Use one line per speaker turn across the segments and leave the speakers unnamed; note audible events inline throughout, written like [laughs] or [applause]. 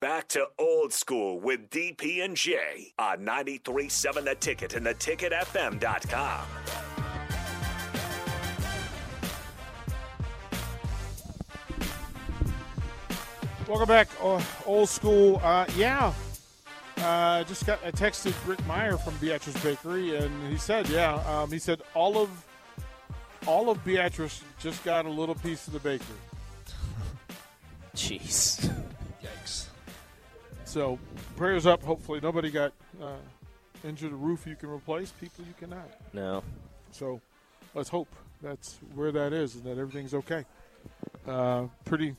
back to old school with DP and J on 937 the ticket and the ticketfm.com.
Welcome back, oh, old school. Uh, yeah, uh, just got I texted Rick Meyer from Beatrice Bakery, and he said, yeah, um, he said all of all of Beatrice just got a little piece of the bakery.
Jeez.
Yikes.
So prayers up. Hopefully nobody got uh, injured. A roof you can replace, people you cannot.
No.
So let's hope that's where that is and that everything's okay. Uh, pretty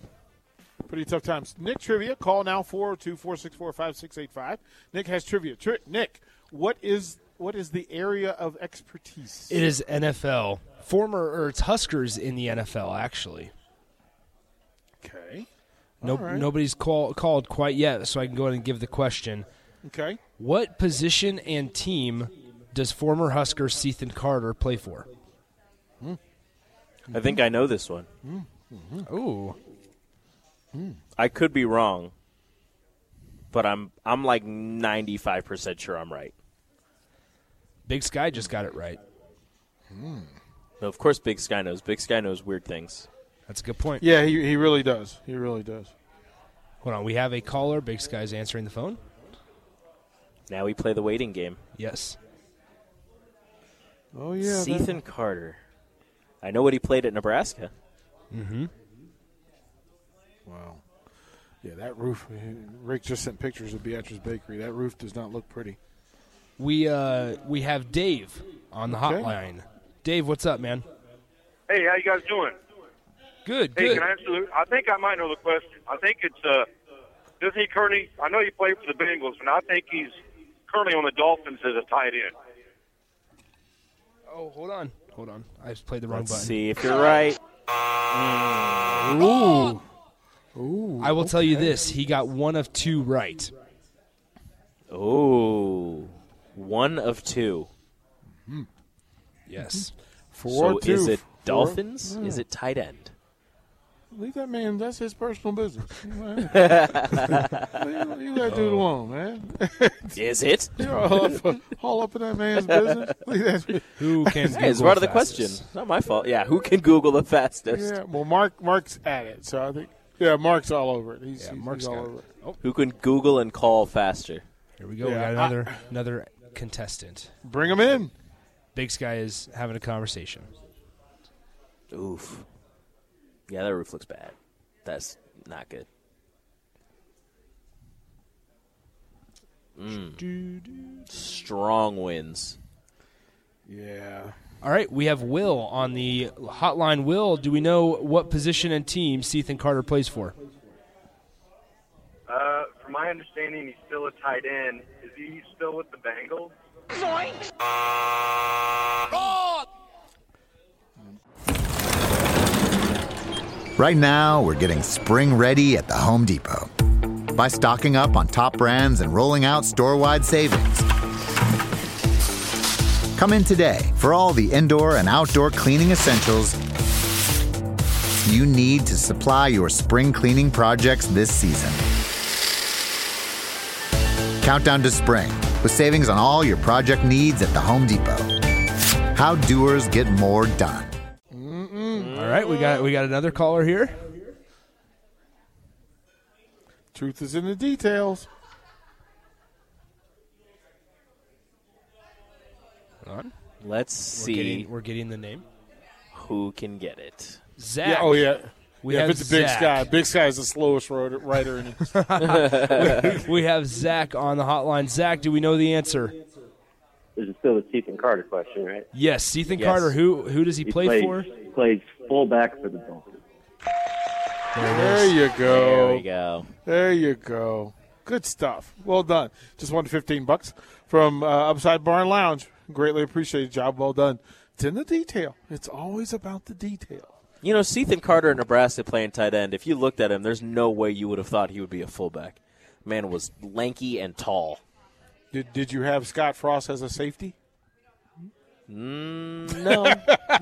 pretty tough times. Nick Trivia, call now 402-464-5685. Nick has trivia. Tri- Nick, what is what is the area of expertise?
It is NFL. Former or it's Huskers in the NFL actually.
okay.
No,
All right.
nobody's call, called quite yet, so I can go ahead and give the question.
Okay.
What position and team does former Husker Sethan Carter play for?
I think I know this one.
Ooh,
I could be wrong, but I'm I'm like 95% sure I'm right.
Big Sky just got it right.
No, of course Big Sky knows. Big Sky knows weird things.
That's a good point.
Yeah, he, he really does. He really does.
Hold on, we have a caller. Big Sky's answering the phone.
Now we play the waiting game.
Yes.
Oh yeah. that-
Ethan Carter. I know what he played at Nebraska.
Wow. Yeah, that roof. Rick just sent pictures of Beatrice Bakery. That roof does not look pretty.
We uh we have Dave on the
Okay.
hotline. Dave, what's up, man?
Hey, how you guys doing?
Good,
Hey,
good.
can I ask you? I think I might know the question. I think it's uh, does he currently? I know he played for the Bengals, and I think he's currently on the Dolphins as a tight end.
oh, hold on, hold on. I just played the wrong
Let's
button.
see if you're right.
Ooh.
I will tell you this: he got one of two right.
Oh, one of two.
Yes.
Four
so
two.
is it
four-
Dolphins? Is it tight end?
Leave that man. That's his personal business. [laughs] leave,
[laughs]
leave that dude alone, man.
Is it?
You're all up, all up in that man's business. Leave that-
Who can?
Hey, it's
Google
part of the question.
fastest?
Not my fault. Yeah, who can Google the fastest?
[laughs] yeah. Well, Mark. Mark's at it. So I think. Yeah, Mark's all over it. He's,
Yeah,
he's-
Mark's
he's all
got it.
over it.
Who can Google and call faster?
Here we go.
Yeah,
we
I-
got another another contestant.
Bring him in.
Big Sky is having a conversation.
Oof. Yeah, that roof looks bad. That's not good. Hmm. Strong winds.
Yeah.
All right, we have Will on the hotline. Will, do we know what position and team Seathan Carter plays for?
Uh, from my understanding, he's still a tight end. Is he still with the Bengals?
Right now, we're getting spring ready at the Home Depot by stocking up on top brands and rolling out store wide savings. Come in today for all the indoor and outdoor cleaning essentials you need to supply your spring cleaning projects this season. Countdown to spring with savings on all your project needs at the Home Depot. How doers get more done.
All right, we got we got another caller here.
Truth is in the details.
Hold on.
Let's
We're
see
getting, we're getting the name.
who can get it.
Zach.
Yeah. Oh yeah.
We
yeah,
have
if it's a big
Zach.
sky, big sky is the slowest rider, rider in it.
[laughs] We have Zach on the hotline. Zach, do we know the answer?
This is still the Ethan Carter question, right?
Yes, Seathan
Yes.
Carter. Who who does he, play
plays,
for?
Plays fullback for the Dolphins.
There you go.
There we go.
There you go. Good stuff. Well done. Just won 15 bucks from uh, Upside Barn Lounge. Greatly appreciated. Job well done. It's in the detail. It's always about the detail.
You know, Seathan Carter in Nebraska playing tight end, if you looked at him, there's no way you would have thought he would be a fullback. Man was lanky and tall.
Did, did you have Scott Frost as a safety?
No,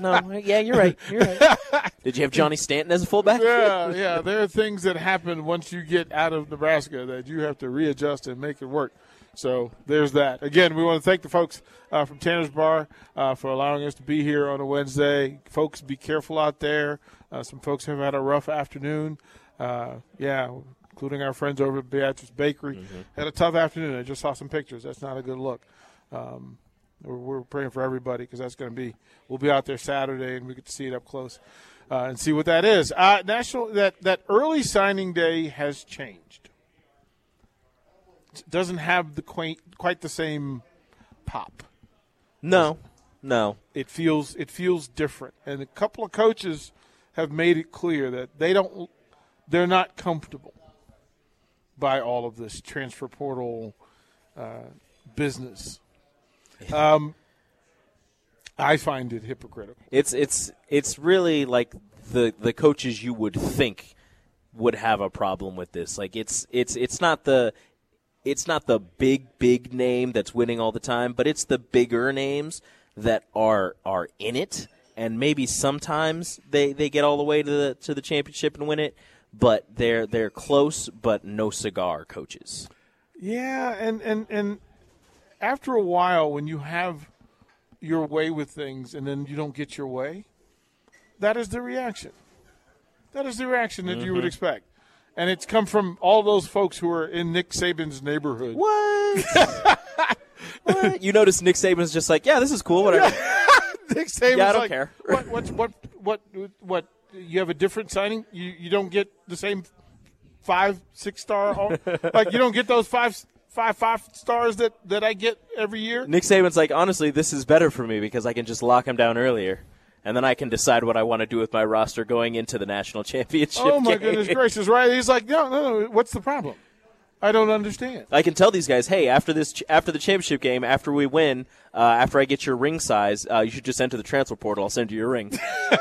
no. Yeah, you're right. You're right. Did you have Johnny Stanton as a fullback?
yeah, yeah. There are things that happen once you get out of Nebraska that you have to readjust and make it work. So there's that. Again, we want to thank the folks uh, from Tanner's Bar uh, for allowing us to be here on a Wednesday. Folks, be careful out there. Uh, some folks have had a rough afternoon. Uh, yeah, including our friends over at Beatrice Bakery. Had a tough afternoon. I just saw some pictures. That's not a good look. Um, we're, we're praying for everybody because that's going to be we'll be out there Saturday and we get to see it up close uh, and see what that is. Uh, national that that early signing day has changed. It doesn't have the quaint, quite the same pop.
No, no.
It feels it feels different, and a couple of coaches have made it clear that they don't they're not comfortable by all of this transfer portal uh, business. Um, I find it hypocritical.
It's it's it's really like the the coaches you would think would have a problem with this. Like it's it's it's not the it's not the big big name that's winning all the time, but it's the bigger names that are are in it and maybe sometimes they, they get all the way to the to the championship and win it, but they're they're close but no cigar coaches.
Yeah, and and and after a while, when you have your way with things and then you don't get your way, that is the reaction. That is the reaction that
Mm-hmm.
you would expect, and it's come from all those folks who are in Nick Saban's neighborhood.
[laughs] What? What? You notice Nick Saban's just like, yeah, this is cool, whatever.
Nick Saban's
Yeah, I don't
like,
care.
What, what, what, what, what? You have a different signing. You you don't get the same five six star.
[laughs]
all- like you don't get those five five five stars that that I get every year.
Nick Saban's like, honestly, this is better for me because I can just lock him down earlier, and then I can decide what I want to do with my roster going into the national [laughs] championship.
Oh my
game.
goodness gracious! Right? He's like, no, no, no. What's the problem? I don't understand.
[laughs] I can tell these guys, hey, after this, ch- after the championship game, after we win, uh, after I get your ring size, uh, you should just enter the transfer portal. I'll send you your ring.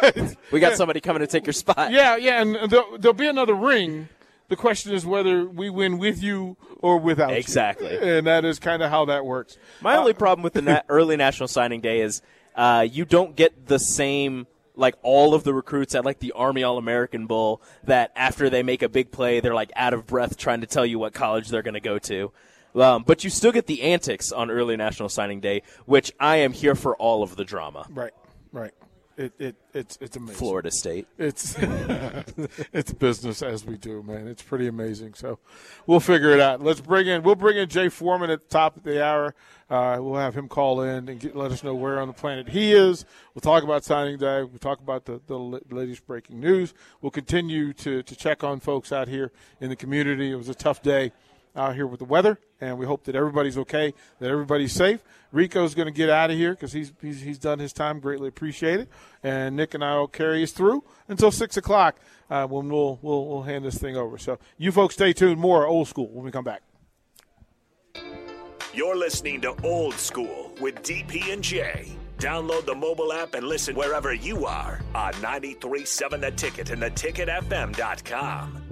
[laughs]
we got somebody coming to take your spot.
Yeah, yeah, and there'll, there'll be another ring. The question is whether we win with you or without you. [laughs]
Exactly.
And that is kind of how that works.
My only problem with the na- early national signing day is uh, you don't get the same like all of the recruits at like the Army All American Bowl that after they make a big play they're like out of breath trying to tell you what college they're going to go to. Um, but you still get the antics on early national signing day, which I am here for all of the drama.
Right, right. It, it, it's, it's amazing.
Florida State.
it's [laughs] it's business as we do, man. It's pretty amazing. So we'll figure it out. Let's bring in we'll bring in Jay Foreman at the top of the hour. Uh, we'll have him call in and get, let us know where on the planet he is. We'll talk about signing day. We'll talk about the, the la- latest breaking news. We'll continue to, to check on folks out here in the community. It was a tough day out here with the weather, and we hope that everybody's okay, that everybody's safe. Rico's going to get out of here because he's, he's he's done his time. Greatly appreciate it. And Nick and I will carry us through until six o'clock uh, when we'll, we'll we'll hand this thing over. So you folks stay tuned. More old school when we come back.
You're listening to Old School with DP and J. Download the mobile app and listen wherever you are on 937 The Ticket and theticketfm.com.